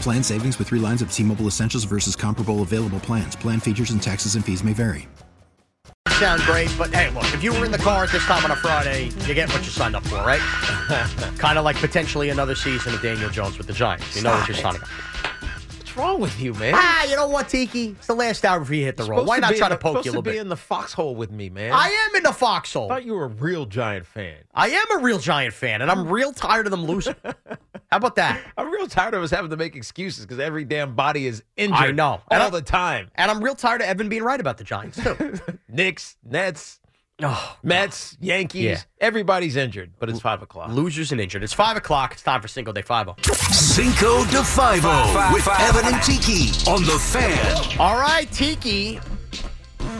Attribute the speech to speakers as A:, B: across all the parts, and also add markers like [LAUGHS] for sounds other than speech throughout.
A: Plan savings with three lines of T Mobile Essentials versus comparable available plans. Plan features and taxes and fees may vary.
B: Sound great, but hey, look, if you were in the car at this time on a Friday, you get what you signed up for,
C: [LAUGHS]
B: right? kind of like potentially another season of Daniel Jones with the Giants. You know what you're signing up for.
C: What's wrong with you, man?
B: Ah, you know what, Tiki? It's the last hour before you hit the road. Why not try to poke you a little
C: supposed to be
B: bit?
C: in the foxhole with me, man.
B: I am in the foxhole.
C: thought you were a real Giant fan.
B: I am a real Giant fan, and I'm real tired of them losing. How about that?
C: I'm real tired of us having to make excuses because every damn body is injured.
B: I know.
C: all
B: And I-
C: the time.
B: And I'm real tired of Evan being right about the Giants,
C: [LAUGHS]
B: too.
C: Knicks, Nets,
B: oh,
C: Mets, Yankees.
B: Yeah.
C: Everybody's injured, but it's five o'clock.
B: losers and injured. It's 5 o'clock. It's time for Single Day oh. 5
D: Cinco de Fivo with Evan and Tiki on the fan.
B: All right, Tiki. E,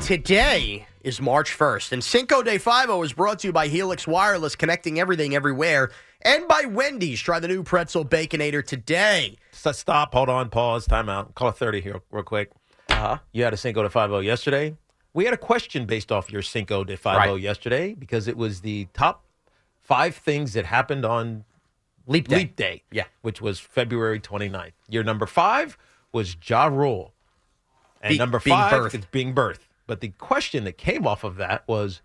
B: Today is March 1st, and Cinco de Fivo is brought to you by Helix Wireless, connecting everything everywhere, and by Wendy's. Try the new pretzel baconator today.
C: So stop, hold on, pause, time out. Call 30 here real quick. Uh-huh. You had a Cinco de Five O yesterday. We had a question based off your Cinco de Five O
B: Right.
C: yesterday because it was the top five things that happened on
B: Leap day.
C: Leap Day.
B: Yeah.
C: Which was February 29th. Your number five was Ja Rule. And
B: Be-
C: number
B: being
C: five
B: birthed.
C: is being birth. But the question that came off of that was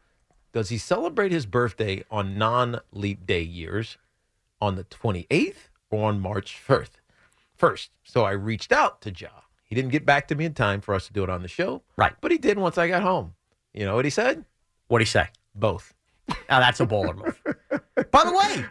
C: does he celebrate his birthday on non leap day years on the 28th or on March 1st? First, so I reached out to Ja. He didn't get back to me in time for us to do it on the show.
B: Right.
C: But he did once I got home. You know what he said?
B: What'd he say?
C: Both.
B: Now, that's a baller move. By the way,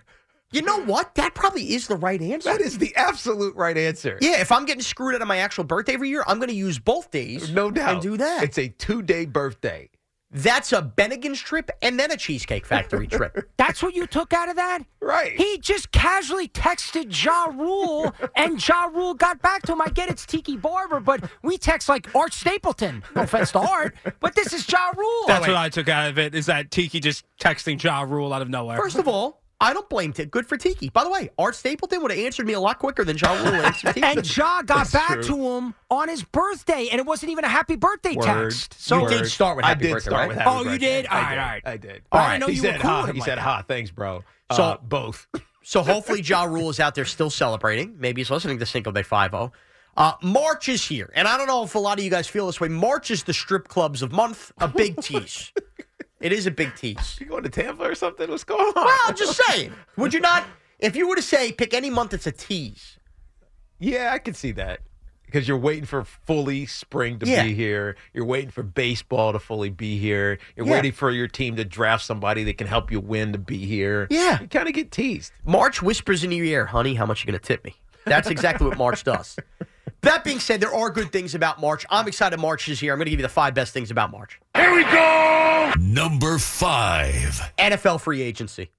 B: you know what? That probably is the right answer.
C: That is the absolute right answer.
B: Yeah, if I'm getting screwed out of my actual birthday every year, I'm going to use both days
C: No doubt.
B: and do that.
C: It's a two day birthday.
B: That's a Bennigan's trip and then a Cheesecake Factory trip.
E: [LAUGHS] That's what you took out of that?
C: Right.
E: He just casually texted Ja Rule, and Ja Rule got back to him. I get it's Tiki Barber, but we text like Art Stapleton. No offense to Art, but this is Ja Rule.
F: That's what I took out of it is that Tiki just texting Ja Rule out of nowhere.
B: First of all, I don't blame Tiki. Good for Tiki. By the way, Art Stapleton would have answered me a lot quicker than John Rule
E: [LAUGHS]
B: answered Tiki.
E: and Ja got back
C: true.
E: to him on his birthday, and it wasn't even a happy birthday text. So
B: You did start with
C: I
B: happy
C: did
B: birthday,
C: start
B: right?
C: with happy
E: Oh, you
C: birthday.
E: did?
C: I
E: All right,
C: did.
E: all right.
C: I did.
E: All
C: All right.
E: right. I know
C: he
E: you
C: said
E: were cool
C: ha.
E: with him
C: He
E: like
C: said
E: that.
C: ha. Thanks, bro.
B: So-
C: uh, both. [LAUGHS]
B: so hopefully Ja Rule is out there still celebrating. Maybe he's listening to Cinco Day 5 0. Uh, March is here. And I don't know if a lot of you guys feel this way. March is the strip clubs of month. A
E: [LAUGHS]
B: big tease. it is a big tease.
C: You going to Tampa or something? What's going on?
B: Well, I'm just saying. Would you not? If you were to say pick any month that's a tease,
C: yeah, I can see that because you're waiting for fully spring to
B: Yeah.
C: be here. You're waiting for baseball to fully be here. You're
B: Yeah.
C: waiting for your team to draft somebody that can help you win to be here.
B: Yeah.
C: you kind of get teased.
B: March whispers in your ear, honey, how much you going to tip me? That's exactly what March does. That being said, there are good things about March. I'm excited March is here. I'm going to give you the five best things about March.
D: Number five.
B: NFL free agency.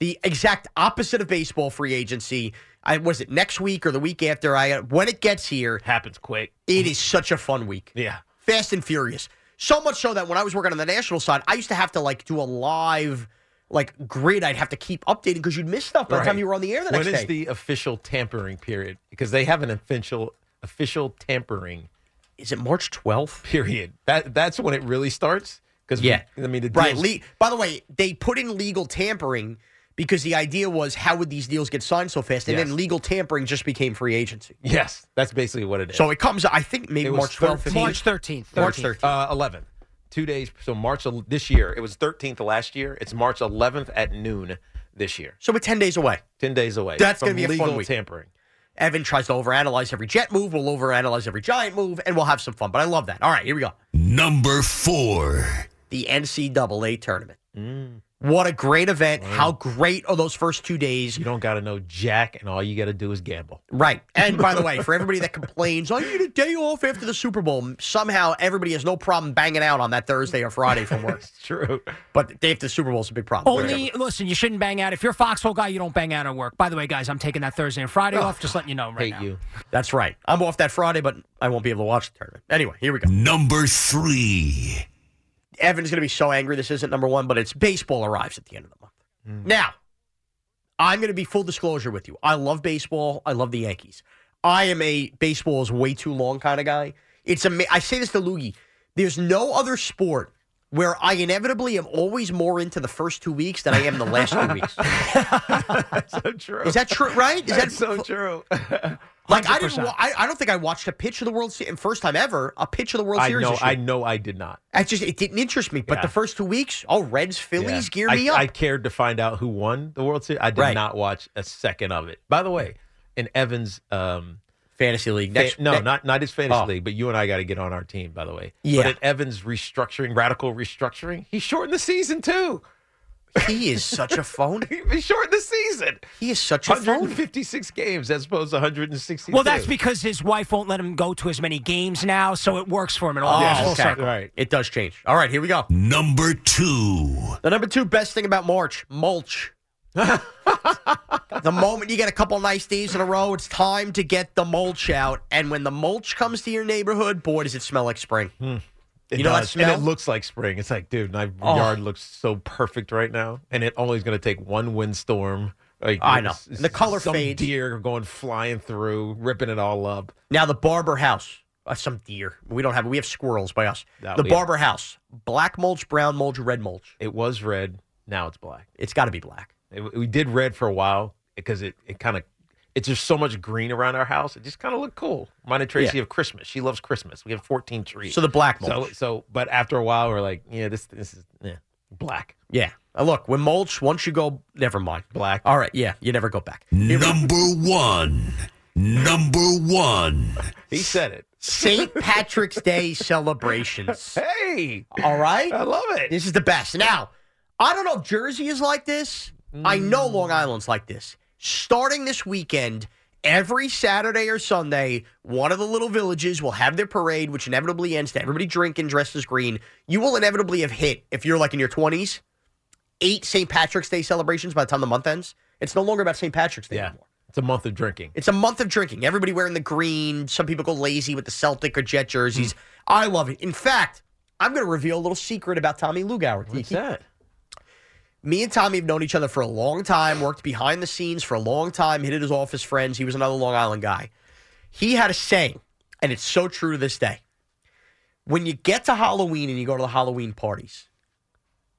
B: The exact opposite of baseball free agency. I was it next week or the week after I when it gets here,
C: Happens quick.
B: it is such a fun week.
C: Yeah.
B: Fast and furious. So much so that when I was working on the national side, I used to have to like do a live like grid I'd have to keep updating because you'd miss stuff by the time
C: Right.
B: you were on the air the
C: When
B: next
C: is
B: day.
C: the official tampering period? Because they have an official official tampering
B: is it March 12th?
C: period. That that's when it really starts. Because
B: Yeah,
C: I mean the
B: right.
C: deals-
B: Le- by the way, they put in legal tampering because the idea was how would these deals get signed so fast, and
C: Yes.
B: then legal tampering just became free agency.
C: Yes, that's basically what it is.
B: So it comes, I think, maybe
C: It was
B: March twelfth,
C: 13th.
E: March 13th.
B: March
E: 13th.
B: thirteenth.
C: uh, 11th, two days. So March el- this year, it was 13th last year. It's March 11th at noon this year.
B: So we're ten days away.
C: Ten days away.
B: That's
C: from
B: gonna be a fun
C: legal
B: week.
C: tampering.
B: Evan tries to overanalyze every jet move. We'll overanalyze every giant move, and we'll have some fun. But I love that. All right, here we go.
D: Number four.
B: The NCAA tournament. What a great event. How great are those first two days?
C: You don't got to know jack, and all you got to do is gamble. [LAUGHS]
B: Right. And by the way, for everybody that complains, I need a day off after the Super Bowl, somehow everybody has no problem banging out on that Thursday or Friday from
C: [LAUGHS]
B: work.
C: It's true.
B: but the day after the Super Bowl is a big problem.
E: Only listen. You shouldn't bang out. If you're a foxhole guy, you don't bang out at work. By the way, guys, I'm taking that Thursday and Friday off. Just letting you know right
C: Hate
B: [LAUGHS]
E: now.
C: you.
B: That's right. I'm off that Friday, but I won't be able to watch the tournament. Anyway, here we go.
D: Number three.
B: Evan's going to be so angry this isn't number one, but it's baseball arrives at the end of the month.
C: Mm.
B: Now, I'm going to be full disclosure with you. I love baseball. I love the Yankees. I am a baseball is way too long kind of guy. It's ama- I say this to Loogie. There's no other sport where I inevitably am always more into the first two weeks than I am the last two weeks.
C: So true.
B: Is that true? Right? Is that
C: That's [LAUGHS] so true.
B: like I didn't? wa- I, I don't think I watched a pitch of the World Series first time ever. A pitch of the World
C: I
B: Series.
C: know.
B: this year.
C: I know. I did not.
B: I just it didn't interest me. But
C: Yeah.
B: the first two weeks, oh, Reds, Phillies,
C: Yeah.
B: gear
C: I,
B: me up.
C: I cared to find out who won the World Series. I did
B: Right.
C: not watch a second of it. By the way, in Evans, um,
B: fantasy league.
C: fa-
B: Next,
C: no,
B: ne-
C: not not his fantasy
B: Oh.
C: league, but you and I got to get on our team. By the way,
B: Yeah.
C: But in Evans restructuring, radical restructuring, he shortened the season too.
B: he is such a phone.
C: He shortened the season.
B: He is such a phone.
C: 156 games as opposed to 160.
E: Well, that's because his wife won't let him go to as many games now, so it works for him. It all
B: Oh,
E: goes full
B: okay.
E: circle.
C: Right.
B: It does change. All right, here we go.
D: Number two.
B: The number two best thing about March,
C: [LAUGHS]
B: mulch. the moment you get a couple nice days in a row, it's time to get the mulch out. And when the mulch comes to your neighborhood, boy, does it smell like spring.
C: It
B: You know that
C: does. and it
B: smell?
C: looks like spring. It's like, dude, my
B: Oh.
C: yard looks so perfect right now, and it only is going to take one windstorm. Like
B: I know.
C: it's- it's
B: The color
C: some
B: fades.
C: Deer going flying through, ripping it all up.
B: Now the barber house, uh, some deer. We don't have. We have squirrels by us.
C: No,
B: the
C: we have-
B: barber house, black mulch, brown mulch, red mulch.
C: It was red. Now it's black.
B: It's got to be black.
C: It- we did red for a while because it, it kind of it's just so much green around our house. It just kind of looked cool. Mine and Tracy
B: Yeah.
C: have Christmas. She loves Christmas. We have 14 trees.
B: So the black mulch.
C: so so. But after a while, we're like, yeah, this this is yeah, black.
B: Yeah. Uh, Look, when mulch, once you go, never mind.
C: Black.
B: All right. Yeah. You never go back. Here we [LAUGHS] go.
D: Number one. Number one.
C: He said it.
B: St. Patrick's Day celebrations.
C: Hey,
B: All
C: I
B: right.
C: love it.
B: This is the best. Now, I don't know if Jersey is like this. I know Long Island's like this. Starting this weekend, every Saturday or Sunday, one of the little villages will have their parade, which inevitably ends to everybody drinking, dressed as green. You will inevitably have hit, if you're like in your 20s, eight St. Patrick's Day celebrations by the time the month ends. It's no longer about St. Patrick's Day
C: Yeah,
B: anymore.
C: it's a month of drinking.
B: It's a month of drinking. Everybody wearing the green. Some people go lazy with the Celtic or Jet jerseys.
C: Hmm.
B: I love it. In fact, I'm going to reveal a little secret about Tommy Lugauer.
C: What's that?
B: Me and Tommy have known each other for a long time, worked behind the scenes for a long time, hit it as office friends. He was another Long Island guy. He had a saying, and it's so true to this day. When you get to Halloween and you go to the Halloween parties,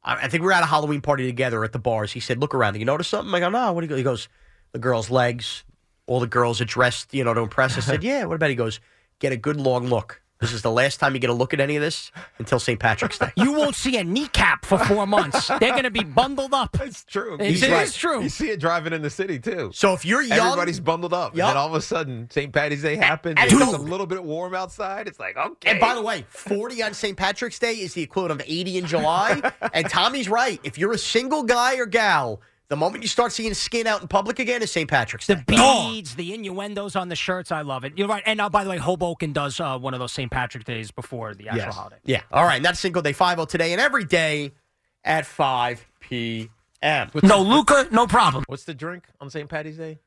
B: I I think we were at a Halloween party together at the bars. He said, Look around. You notice something? I go, No, what do you go? He goes, The girls' legs. All the girls are dressed, you know, to impress. I said, Yeah, what about? He goes, Get a good long look. This is the last time you get a look at any of this until St. Patrick's Day.
E: You won't see a kneecap for four months. They're going to be bundled up.
C: It's true.
E: It is
C: right.
E: true.
C: You see it driving in the city too.
B: So if you're young,
C: Everybody's bundled up,
B: Yup.
C: and then all of a sudden, St. Patty's Day happens.
B: and
C: It's
B: dude-
C: a little bit warm outside. It's like okay.
B: And by the way, 40 on St. Patrick's Day is the equivalent of 80 in July.
C: [LAUGHS]
B: and Tommy's right. If you're a single guy or gal, the moment you start seeing skin out in public again is St.
F: [LAUGHS]
B: Patrick's Day.
E: The beads, the innuendos on the shirts, I love it. You're right. And uh, by the way, Hoboken does uh, one of those St. Patrick's days before the actual holiday.
B: Yeah. All right. And that's Cinco Day 5 today and every day at 5 p.m.
E: No Luca, no problem.
C: What's the drink on St. Patty's Day?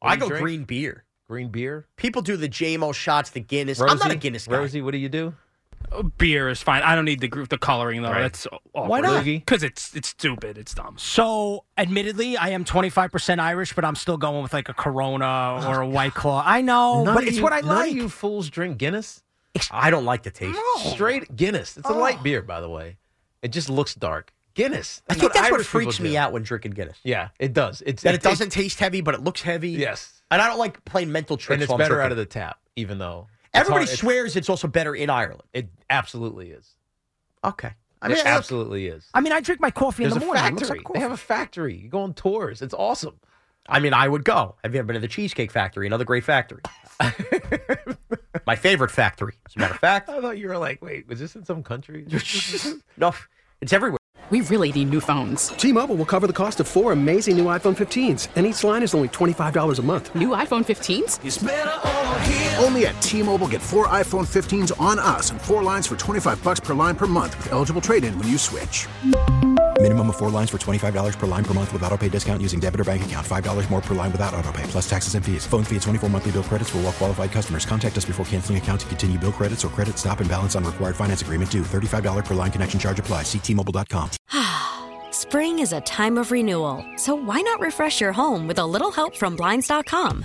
C: What
B: I
C: do you
B: go
C: drink?
B: green beer.
C: green beer.
B: People do the JMO shots, the Guinness. I'm not a Guinness guy.
C: Rosie, what do you do?
F: Oh, Beer is fine. I don't need the group, the coloring though.
C: Right.
F: That's
B: Why not?
F: Because it's it's stupid. It's dumb.
E: So, admittedly, I am 25% Irish, but I'm still going with like a Corona or a White Claw. I
B: Oh,
E: know,
C: Oh, None
E: but
C: of
E: it's
C: you-
E: what I
C: none of
E: like.
C: you fools drink Guinness.
B: I don't like the taste. Oh.
C: Straight Guinness. It's a light beer, by the way. It just looks dark. Guinness.
B: I think that's what
C: Irish people
B: freaks me
C: do.
B: out when drinking Guinness.
C: Yeah, it does. It's
B: That it doesn't taste heavy, but it looks heavy.
C: yes,
B: And I don't like playing mental tricks.
C: and it's
B: while I'm
C: better
B: drinking.
C: out of the tap, even though it's
B: Everybody
C: hard- it's-
B: swears it's also better in Ireland.
C: It absolutely is.
B: Okay. I
C: It
B: mean,
C: absolutely is.
E: I mean, I drink my coffee
C: There's
E: in
C: a
E: the morning. It looks
C: factory.
E: like
C: they
E: coffee.
C: have a factory. You go on tours. It's awesome.
B: I mean, I would go. Have you ever been to the Cheesecake Factory? Another great factory. [LAUGHS] My favorite factory, as a matter of fact.
G: I thought you were like, wait, was this in some country?
B: [LAUGHS] No, it's everywhere.
H: We really need new phones.
I: T-Mobile will cover the cost of four amazing new iPhone 15s, and each line is only $25 a month.
H: New iPhone 15s?
J: Only at T-Mobile, get four iPhone 15s on us and four lines for 25 bucks per line per month with eligible trade-in when you switch.
A: Minimum of four lines for $25 per line per month with auto pay discount using debit or bank account. $5 more per line without auto pay, plus taxes and fees. Phone fee at 24 monthly bill credits for all qualified customers. Contact us before canceling account to continue bill credits or credit stop and balance on required finance agreement due. $35 per line connection charge applies. Ctmobile.com.
K: Spring is a time of renewal, so why not refresh your home with a little help from Blinds.com?